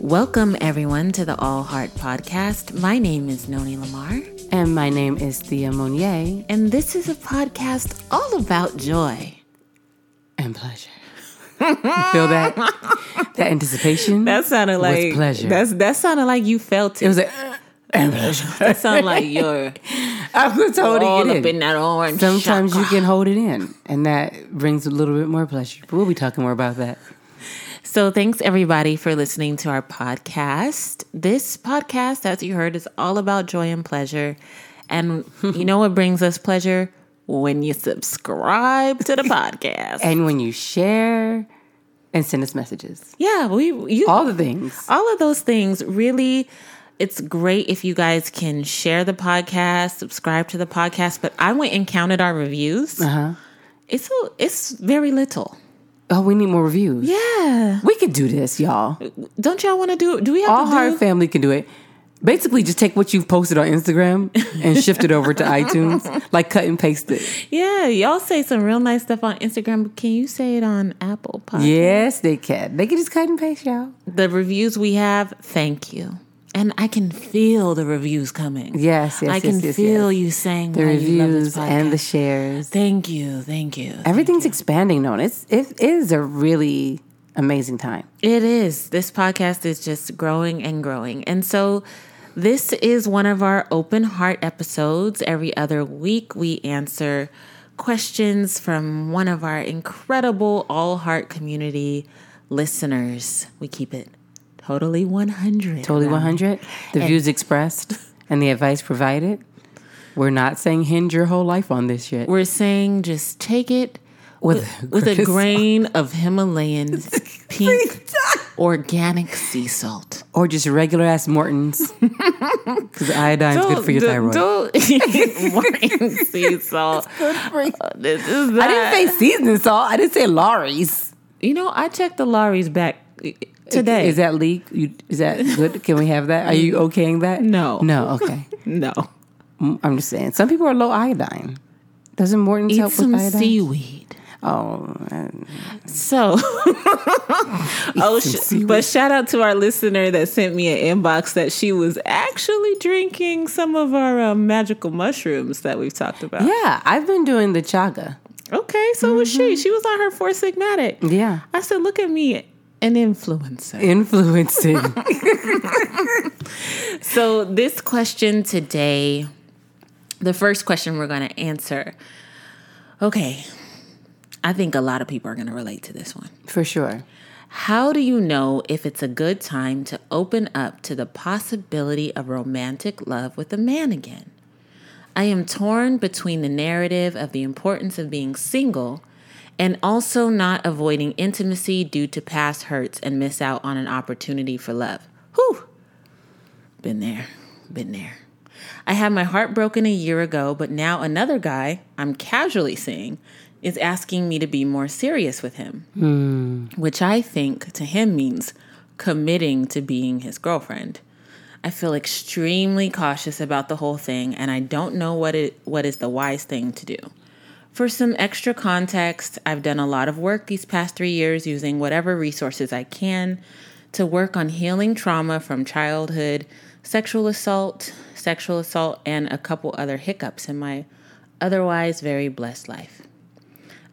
Welcome, everyone, to the All Heart Podcast. My name is Noni Lamar, And my name is Thea Monier and this is a podcast all about joy. and pleasure. Feel that? That anticipation? That sounded like pleasure. That's that sounded like you felt it. it was like, uh, and pleasure. that sounded like you're I was all holding up it in in. that orange. Sometimes you chakra. can hold it in, and that brings a little bit more pleasure. But we'll be talking more about that. So, thanks everybody for listening to our podcast. This podcast, as you heard, is all about joy and pleasure. And you know what brings us pleasure? When you subscribe to the podcast. And when you share and send us messages, yeah, we you all the things. all of those things really it's great if you guys can share the podcast, subscribe to the podcast, but I went and counted our reviews. Uh-huh. It's a, it's very little. Oh, we need more reviews. Yeah. We could do this, y'all. Don't y'all want to do do we have All to do Hard Family can do it. Basically, just take what you've posted on Instagram and shift it over to iTunes, like cut and paste it. Yeah, y'all say some real nice stuff on Instagram, but can you say it on Apple Podcast? Yes, they can. They can just cut and paste, y'all. The reviews we have, thank you. And I can feel the reviews coming. Yes, yes, I can yes, yes, feel you saying The how you love this reviews and the podcast. shares. Thank you, thank you. Everything's expanding. Known. It's it is a really amazing time. It is. This podcast is just growing and growing. And so this is one of our open heart episodes. Every other week, we answer questions from one of our incredible all heart community listeners. We keep it totally 100. Totally one hundred. The views expressed and the advice provided. We're not saying hinge your whole life on this shit. We're saying just take it With with a grain of Himalayan pink organic sea salt. or just regular ass Morton's because iodine's good for your thyroid. Morning sea salt. Uh, This is I didn't say seasoning salt. I didn't say Laurie's. You know, I checked the lorries back uh, today. Mm. is that leak? You, is that good? Can we have that? Are you okaying that? No. No. Okay. no? Mm, I'm just saying. Some people are low iodine. Doesn't Morton's Eat help some with iodine? seaweed. oh, and- So, oh, sh- but shout out to our listener that sent me an inbox that she was actually drinking some of our uh, magical mushrooms that we've talked about. yeah. I've been doing the chaga. Okay, so was Mm-hmm. she. She was on her four sigmatic. Yeah, I said, look at me, an influencer. influencing. So, this question today, the first question we're going to answer. Okay, I think a lot of people are going to relate to this one. for sure. How do you know if it's a good time to open up to the possibility of romantic love with a man again? I am torn between the narrative of the importance of being single and also not avoiding intimacy due to past hurts and miss out on an opportunity for love. Whew! Been there, been there. I had my heart broken a year ago, but now another guy I'm casually seeing is asking me to be more serious with him which I think to him means committing to being his girlfriend. I feel extremely cautious about the whole thing and I don't know what it what is the wise thing to do. For some extra context, I've done a lot of work these past 3 years using whatever resources I can to work on healing trauma from childhood, sexual assault, sexual assault and a couple other hiccups in my otherwise very blessed life.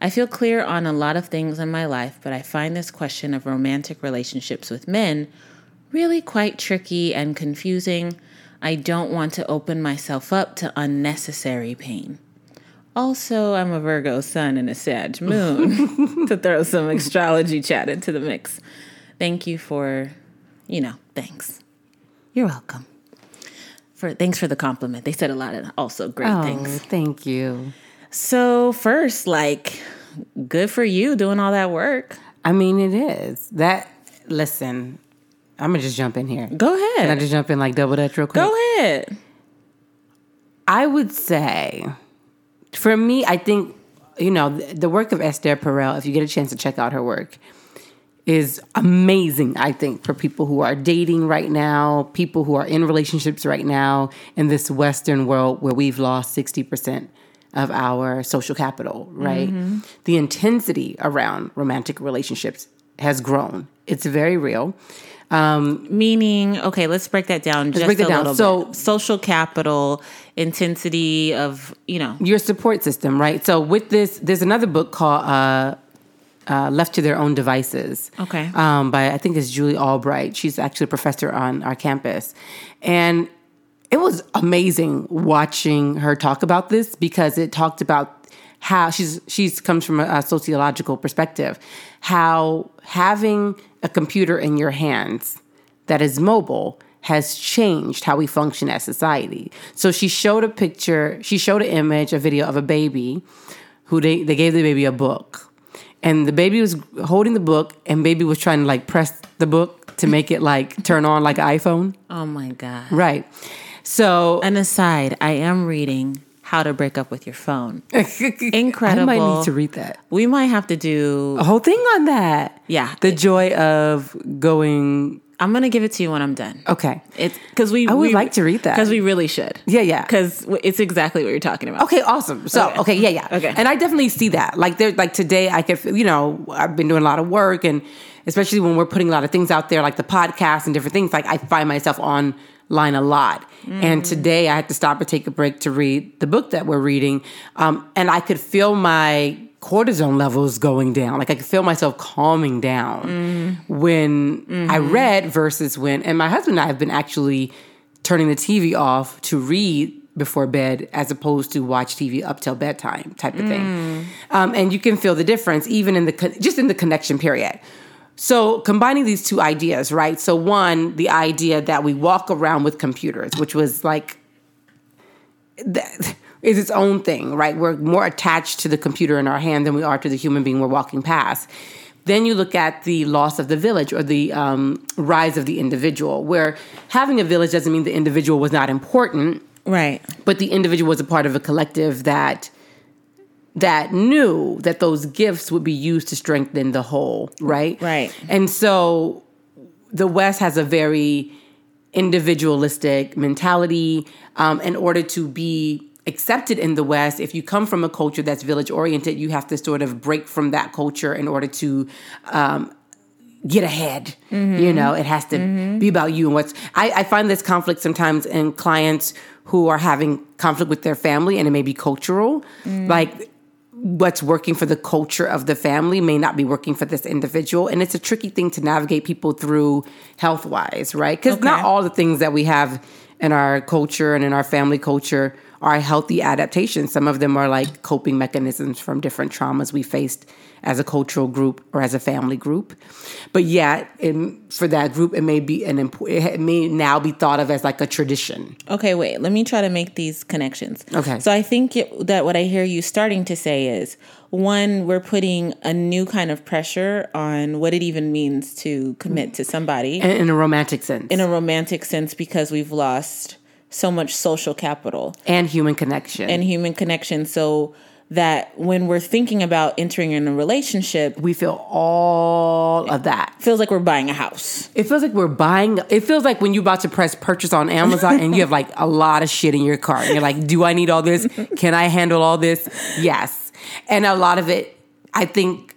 I feel clear on a lot of things in my life, but I find this question of romantic relationships with men really quite tricky and confusing. I don't want to open myself up to unnecessary pain. Also, I'm a Virgo sun and a Sag moon to throw some astrology chat into the mix. Thank you for, you know, thanks. You're welcome. For thanks for the compliment. They said a lot of also great Oh, things. thank you. So first, like, good for you doing all that work. I mean, it is that. Listen, I'm gonna just jump in here. Go Can I ahead. just jump in like double dutch real quick? Go ahead. I would say, for me, I think you know the, the work of Esther Perel. If you get a chance to check out her work, is amazing. I think for people who are dating right now, people who are in relationships right now in this Western world where we've lost sixty percent of our social capital. Right, the intensity around romantic relationships has grown It's very real. Um, Meaning, okay, let's break that down just break it a down. little So- bit. Social capital, intensity of, you know, your support system, right? So with this, there's another book called uh, uh, "Left to Their Own Devices." Okay. um, by I think it's Julie Albright. She's actually a professor on our campus, and it was amazing watching her talk about this because it talked about how she's she's comes from a, a sociological perspective, how having a computer in your hands that is mobile has changed how we function as society. So she showed a picture, she showed an image, a video of a baby who they, they gave the baby a book. And the baby was holding the book and baby was trying to like press the book to make it like turn on like an iPhone. oh my God. Right. So An aside, I am reading How to Break Up with Your Phone. Incredible. I might need to read that. we might have to do, A whole thing on that. yeah. The joy of going I'm going to give it to you when I'm done. okay. It's because we. I would like to read that. because we really should. Yeah, yeah. Because it's exactly what you're talking about. Okay, awesome. So, okay. Okay. yeah, yeah. Okay. And I definitely see that. Like there like today I could you know, I've been doing a lot of work and especially when we're putting a lot of things out there like the podcast and different things, like I find myself online a lot. And today I had to stop and take a break to read the book that we're reading. Um, and I could feel my cortisone levels going down. Like I could feel myself calming down when I read versus when and my husband and I have been actually turning the TV off to read before bed as opposed to watch TV up till bedtime type of thing. Um, and you can feel the difference even in the con- just in the connection period. So combining these two ideas, right? So one, the idea that we walk around with computers, which was like that is its own thing, right? We're more attached to the computer in our hand than we are to the human being we're walking past. Then you look at the loss of the village or the um, rise of the individual, where having a village doesn't mean the individual was not important Right. but the individual was a part of a collective that that knew that those gifts would be used to strengthen the whole right Right. and so the west has a very individualistic mentality um, in order to be accepted in the west if you come from a culture that's village oriented you have to sort of break from that culture in order to um, get ahead. You know, it has to be about you and what's. I, I find this conflict sometimes in clients who are having conflict with their family, and it may be cultural. Like, what's working for the culture of the family may not be working for this individual. And it's a tricky thing to navigate people through health wise, right? Because not Okay. all the things that we have in our culture and in our family culture are healthy adaptations. Some of them are like coping mechanisms from different traumas we faced as a cultural group or as a family group. But yet, in, for that group, it may be an important, it may now be thought of as like a tradition. Okay, wait. Let me try to make these connections. Okay. So I think it, that what I hear you starting to say is one, we're putting a new kind of pressure on what it even means to commit to somebody In, in a romantic sense, in a romantic sense because we've lost so much social capital and human connection. and human connection. So that when we're thinking about entering in a relationship, we feel all of that. feels like we're buying a house. It feels like we're buying. It feels like when you're about to press purchase on Amazon and you have like a lot of shit in your cart. You're like, do I need all this? Can I handle all this? Yes. And a lot of it, I think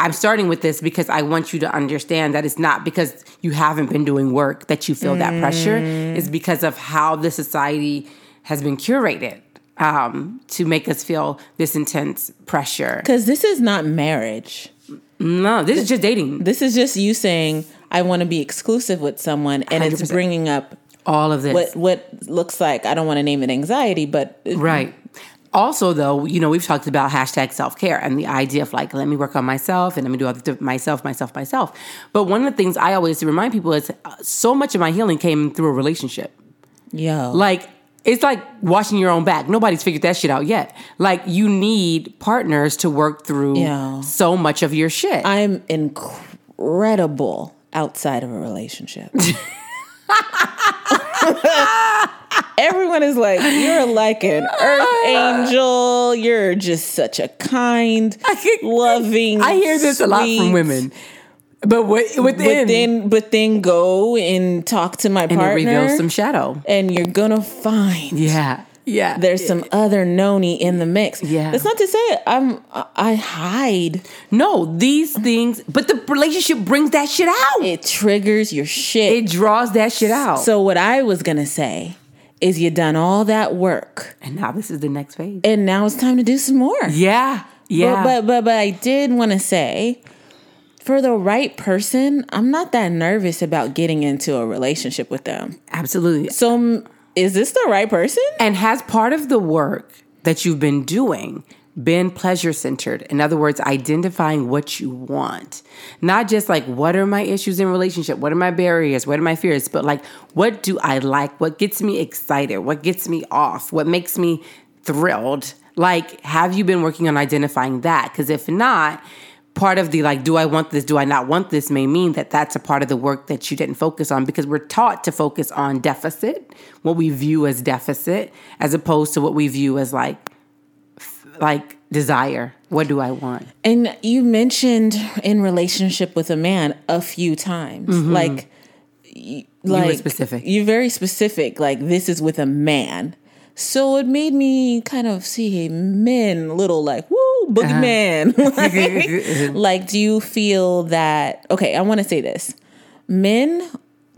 I'm starting with this because I want you to understand that it's not because you haven't been doing work that you feel that pressure. It's because of how the society has been curated um, to make us feel this intense pressure. Because this is not marriage. No, this is just dating. This is just you saying, I want to be exclusive with someone. And it's 100%. bringing up All of this. what what looks like I don't want to name it anxiety, but Right. Also, though, you know, we've talked about hashtag self care and the idea of like, let me work on myself and let me do all the myself, myself, myself. But one of the things I always remind people is uh, so much of my healing came through a relationship. yo, Like, it's like washing your own back. Nobody's figured that shit out yet. Like, you need partners to work through Yeah. so much of your shit. I'm incredible outside of a relationship. Everyone is like, you're like an earth angel. You're just such a kind, loving. I hear this a lot from sweet, women. But what, within, But then, but then go and talk to my it partner, reveals some shadow. and you're gonna find Yeah. Yeah. There's some other noni in the mix. Yeah. That's not to say I'm I- I hide. No, these things, but the relationship brings that shit out. It, It triggers your shit. draws that shit out. so what I was gonna say is you done all that work and now this is the next phase. and now it's time to do some more. yeah. Yeah. But but but, but I did want to say for the right person, I'm not that nervous about getting into a relationship with them. absolutely. So m- is this the right person? And has part of the work that you've been doing been pleasure centered? In other words, identifying what you want. Not just like, what are my issues in relationship? What are my barriers? What are my fears? But like, what do I like? What gets me excited? What gets me off? What makes me thrilled? Like, have you been working on identifying that? Because if not, part of the like do i want this do i not want this may mean that that's a part of the work that you didn't focus on because we're taught to focus on deficit what we view as deficit as opposed to what we view as like f- like desire what do i want And you mentioned in relationship with a man a few times. Like y- like specific. You're very specific. Like this is with a man. So it made me kind of see men a little like, woo, boogeyman. like, like, do you feel that okay, I wanna say this. Men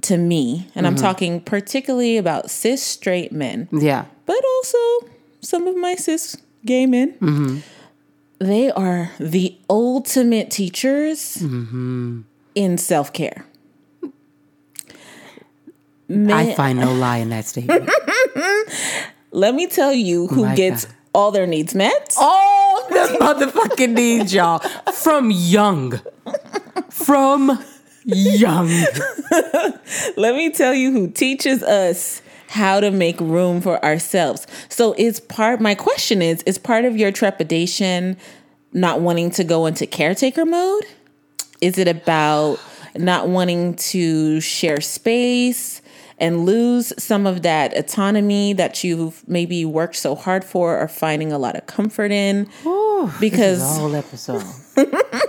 to me, and I'm talking particularly about cis straight men yeah but also some of my cis gay men. They are the ultimate teachers in self care. i find no lie in that statement Let me tell you who my gets God. all their needs met. all the motherfucking needs y'all from young from young Let me tell you who teaches us how to make room for ourselves. So it's part my question is is part of your trepidation not wanting to go into caretaker mode? Is it about not wanting to share space and lose some of that autonomy that you've maybe worked so hard for or finding a lot of comfort in? the because whole episode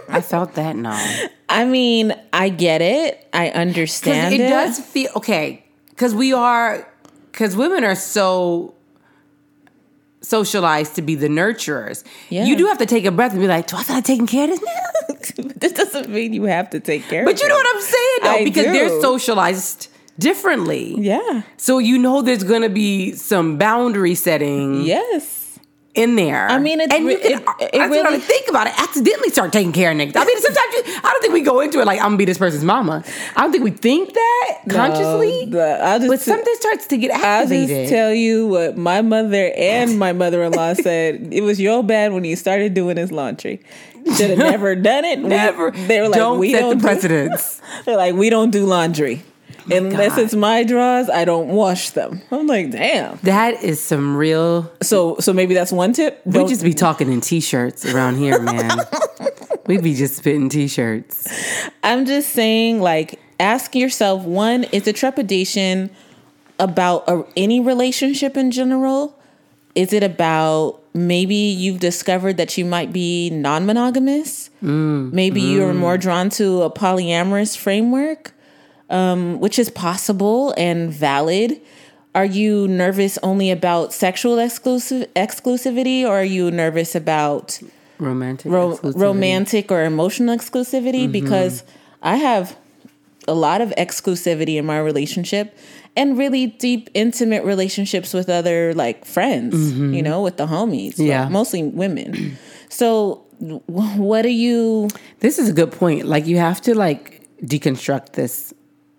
i felt that now I mean, I get it. I Because understand it it. does feel okay because we are because women are so socialized to be the nurturers Yeah. you do have to take a breath and be like was i taking care of this now this doesn't mean you have to take care of but you know what i'm saying though I because do. they're socialized differently Yeah. so you know there's gonna be some boundary setting Yes. in there i mean, it's and you re- can, it- it I, I really really- think about it accidentally start taking care of niggas i mean sometimes you, i don't think we go into it like i'm gonna be this person's mama i don't think we think that consciously Um, but I'll just, But something starts to get I'll just activated. tell you what my mother and my mother in law said. It was your bad when you started doing his laundry. Should have never done it. We- Never. they were like, don't we set don't. the do- precedence. they're like, we don't do laundry. Unless God. it's my drawers, I don't wash them. I'm like, damn. that is some real. So, so maybe that's one tip. We Don't, just be talking in t-shirts around here, man. we be just spitting t-shirts. I'm just saying, like, ask yourself one, is the trepidation about a, any relationship in general? Is it about maybe you've discovered that you might be non monogamous? maybe you're more drawn to a polyamorous framework, um, which is possible and valid. Are you nervous only about sexual exclusive exclusivity, or are you nervous about Romantic. ro- exclusivity. Mm-hmm. romantic or emotional exclusivity because I have a lot of exclusivity in my relationship and really deep intimate relationships with other like friends, you know, with the homies, like, Mm-hmm. Yeah. mostly women. So w- what are you This is a good point. Like you have to like deconstruct this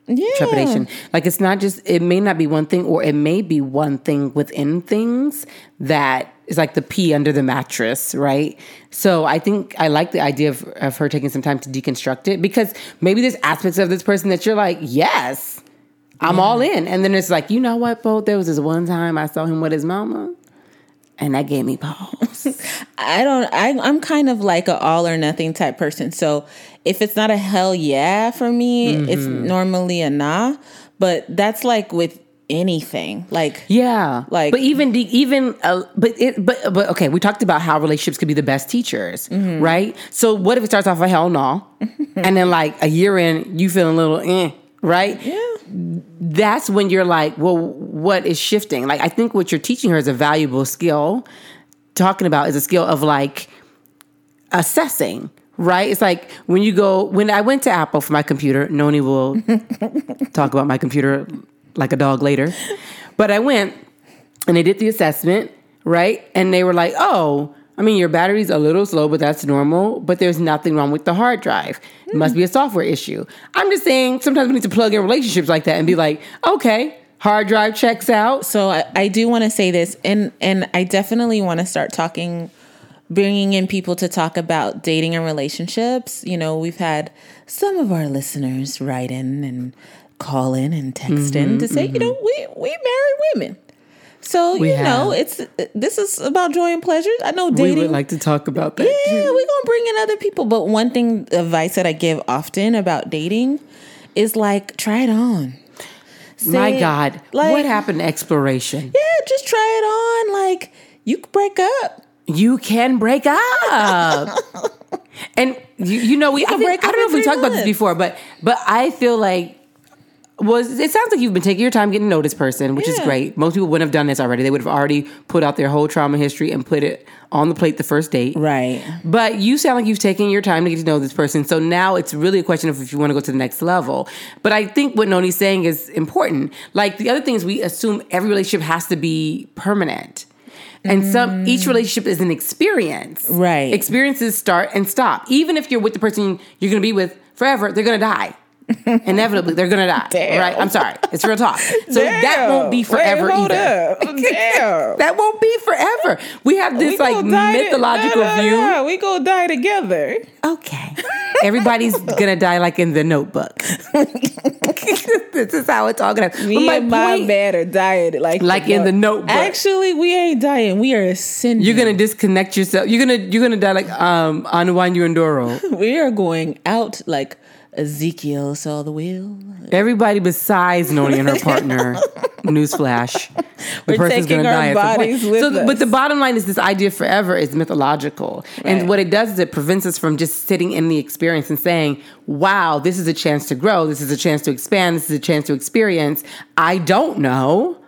yeah. trepidation. Like it's not just it may not be one thing or it may be one thing within things that is like the pee under the mattress, right? So I think I like the idea of, of her taking some time to deconstruct it because maybe there's aspects of this person that you're like, yes, I'm all in. And then it's like, you know what, Bo, there was this one time I saw him with his mama and that gave me pause. I don't. I, I'm kind of like a all or nothing type person. So if it's not a hell yeah for me, it's Mm-hmm. normally a nah. But that's like with anything. Like Yeah, Like- but even the even uh, but it but but okay, we talked about how relationships could be the best teachers, right? So what if it starts off a hell no, and then like a year in, you feeling a little eh, right? Yeah. that's when you're like, well, what is shifting? Like, I think what you're teaching her is a valuable skill. Talking about is a skill of like assessing, right? It's like when you go, when I went to Apple for my computer, Noni will talk about my computer like a dog later. But I went and they did the assessment, right? And they were like, oh, I mean, your battery's a little slow, but that's normal. But there's nothing wrong with the hard drive. It must be a software issue. I'm just saying sometimes we need to plug in relationships like that and be like, okay, hard drive checks out. So I, I do want to say this, and and I definitely want to start talking, bringing in people to talk about dating and relationships. You know, we've had some of our listeners write in and call in and text Mm-hmm, in to say, you know, we we marry women. So you know, it's this is about joy and pleasure. I know dating. We would like to talk about that. Yeah, we're gonna bring in other people. But one thing advice that I give often about dating is like try it on. My Say, God, like- what happened to exploration? Yeah, just try it on. Like you could break up. You can break up. and you, you know, we I, can think- break I up don't know in if we three talked about this months. before, but but I feel like was it sounds like you've been taking your time getting to know this person, which is Yeah. great. Most people wouldn't have done this already. They would have already put out their whole trauma history and put it on the plate the first date. Right. But you sound like you've taken your time to get to know this person. So now it's really a question of if you want to go to the next level. But I think what Noni's saying is important. Like the other thing is we assume every relationship has to be permanent. And some each relationship is an experience. Right. Experiences start and stop. Even if you're with the person you're gonna be with forever, they're gonna die. Inevitably, they're gonna die. Damn. Right? I'm sorry. It's real talk. So that won't be forever either. Damn. That won't be forever. We have this like mythological view. we gonna die together. Okay. Everybody's gonna die like in the notebook. this is how it's all gonna happen. Me But and my point- man are dying like Like in the notebook. Actually, we ain't dying. We are ascending. you're gonna disconnect yourself. You're gonna you're gonna die like um Anwanyu Endoro. we are going out like Ezekiel saw the wheel. Everybody besides Noni and her partner. Newsflash. The We're taking our bodies with so, us. But the bottom line is this idea forever is mythological. Right. And what it does is it prevents us from just sitting in the experience and saying, wow, this is a chance to grow. This is a chance to expand. This is a chance to experience. I don't know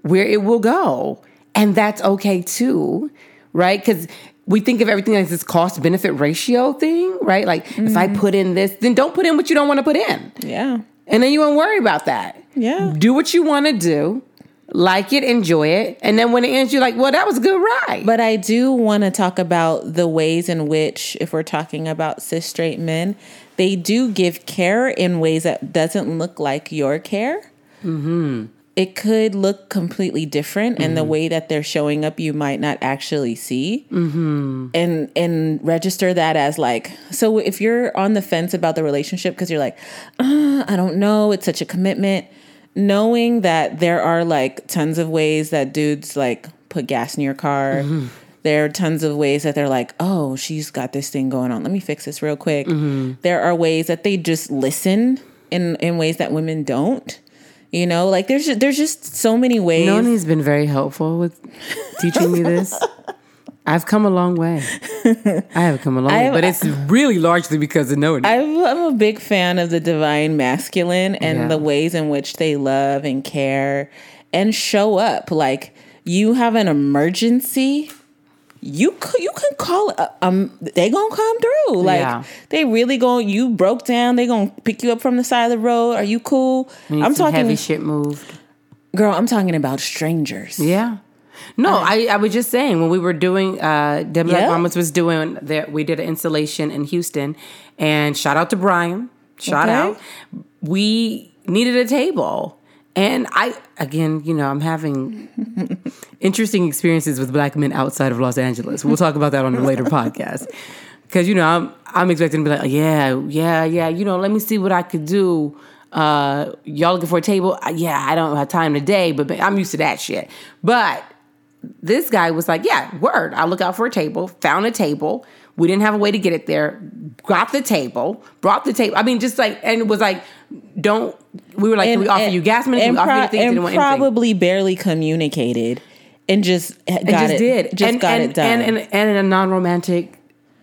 where it will go. And that's okay too, right? Because we think of everything as this cost benefit ratio thing, right? Like if Mm-hmm. I put in this, then don't put in what you don't want to put in. Yeah. And then you won't worry about that. Yeah. Do what you want to do, like it, enjoy it. And then when it ends, you're like, well, that was a good ride. But I do want to talk about the ways in which, if we're talking about cis straight men, they do give care in ways that doesn't look like your care. It could look completely different, and the way that they're showing up, you might not actually see, and and register that as like. So if you're on the fence about the relationship because you're like, uh, I don't know, it's such a commitment. Knowing that there are like tons of ways that dudes like put gas in your car. There are tons of ways that they're like, oh, she's got this thing going on. Let me fix this real quick. There are ways that they just listen in in ways that women don't. You know, like there's ju- there's just so many ways. Noni's been very helpful with teaching me this. I've come a long way. I have come a long way, I've- but it's really largely because of Noni. I'm, I'm a big fan of the divine masculine and Yeah. the ways in which they love and care and show up. Like you have an emergency, you c- you can call. uh, Um, they gonna come through. Like Yeah. they really going. You broke down. They gonna pick you up from the side of the road. Are you cool? Need I'm some talking, heavy shit moved. girl. I'm talking about strangers. Yeah. No, I, I was just saying when we were doing uh Dem Black Yeah. Mamas was doing there we did an installation in Houston and shout out to Brian. Shout Okay. out. We needed a table. And I again, you know, I'm having interesting experiences with black men outside of Los Angeles. We'll talk about that on a later podcast. Cause you know, I'm I'm expecting to be like, yeah, yeah, yeah, you know, let me see what I could do. Uh y'all looking for a table? Uh, Yeah, I don't have time today, but but I'm used to that shit. But this guy was like, Yeah, word. I'll look out for a table, found a table. We didn't have a way to get it there. Got the table, brought the table. I mean, just like, and was like, don't, we were like, can we offer you gas money? and Can we offer you pro- things? Didn't and want anything. probably barely communicated, and just eh, got and just it did. Just and, got and, it done. And, and, and in a non romantic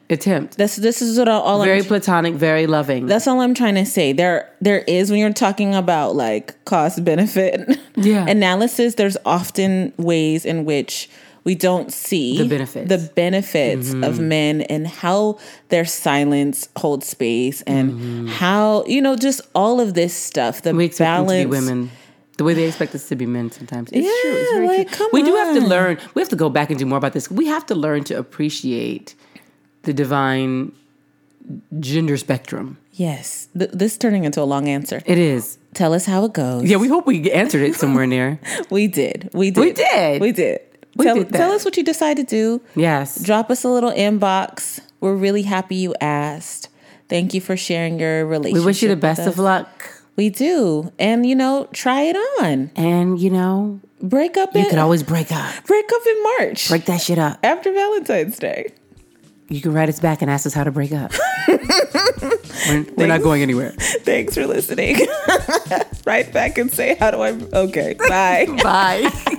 attempt. That's this is what all, all Very I'm platonic, very loving. that's all I'm trying to say. There there is when you're talking about like cost benefit Yeah. analysis, there's often ways in which we don't see The benefits. Mm-hmm. the benefits of men and how their silence holds space and how you know just all of this stuff the Mm-hmm. we expect balance them to be women the way they expect us to be men sometimes. It's true. It's Yeah, very like, true. come we do have to on. learn. We have to go back and do more about this. We have to learn to appreciate the divine gender spectrum. yes Th- this is turning into a long answer It is. tell us how it goes Yeah, we hope we answered it somewhere near. we did we did We did. we did tell, did that. tell us what you decide to do Yes. drop us a little inbox. We're really happy you asked. Thank you for sharing your relationship. We wish you the with best us. of luck. We do. And you know, try it on. And you know, Break up you in could always break up. break up in March. Break that shit up. after Valentine's Day. You can write us back and ask us how to break up. we're, we're not going anywhere. Thanks for listening. right back and say how do I Okay. Bye. Bye.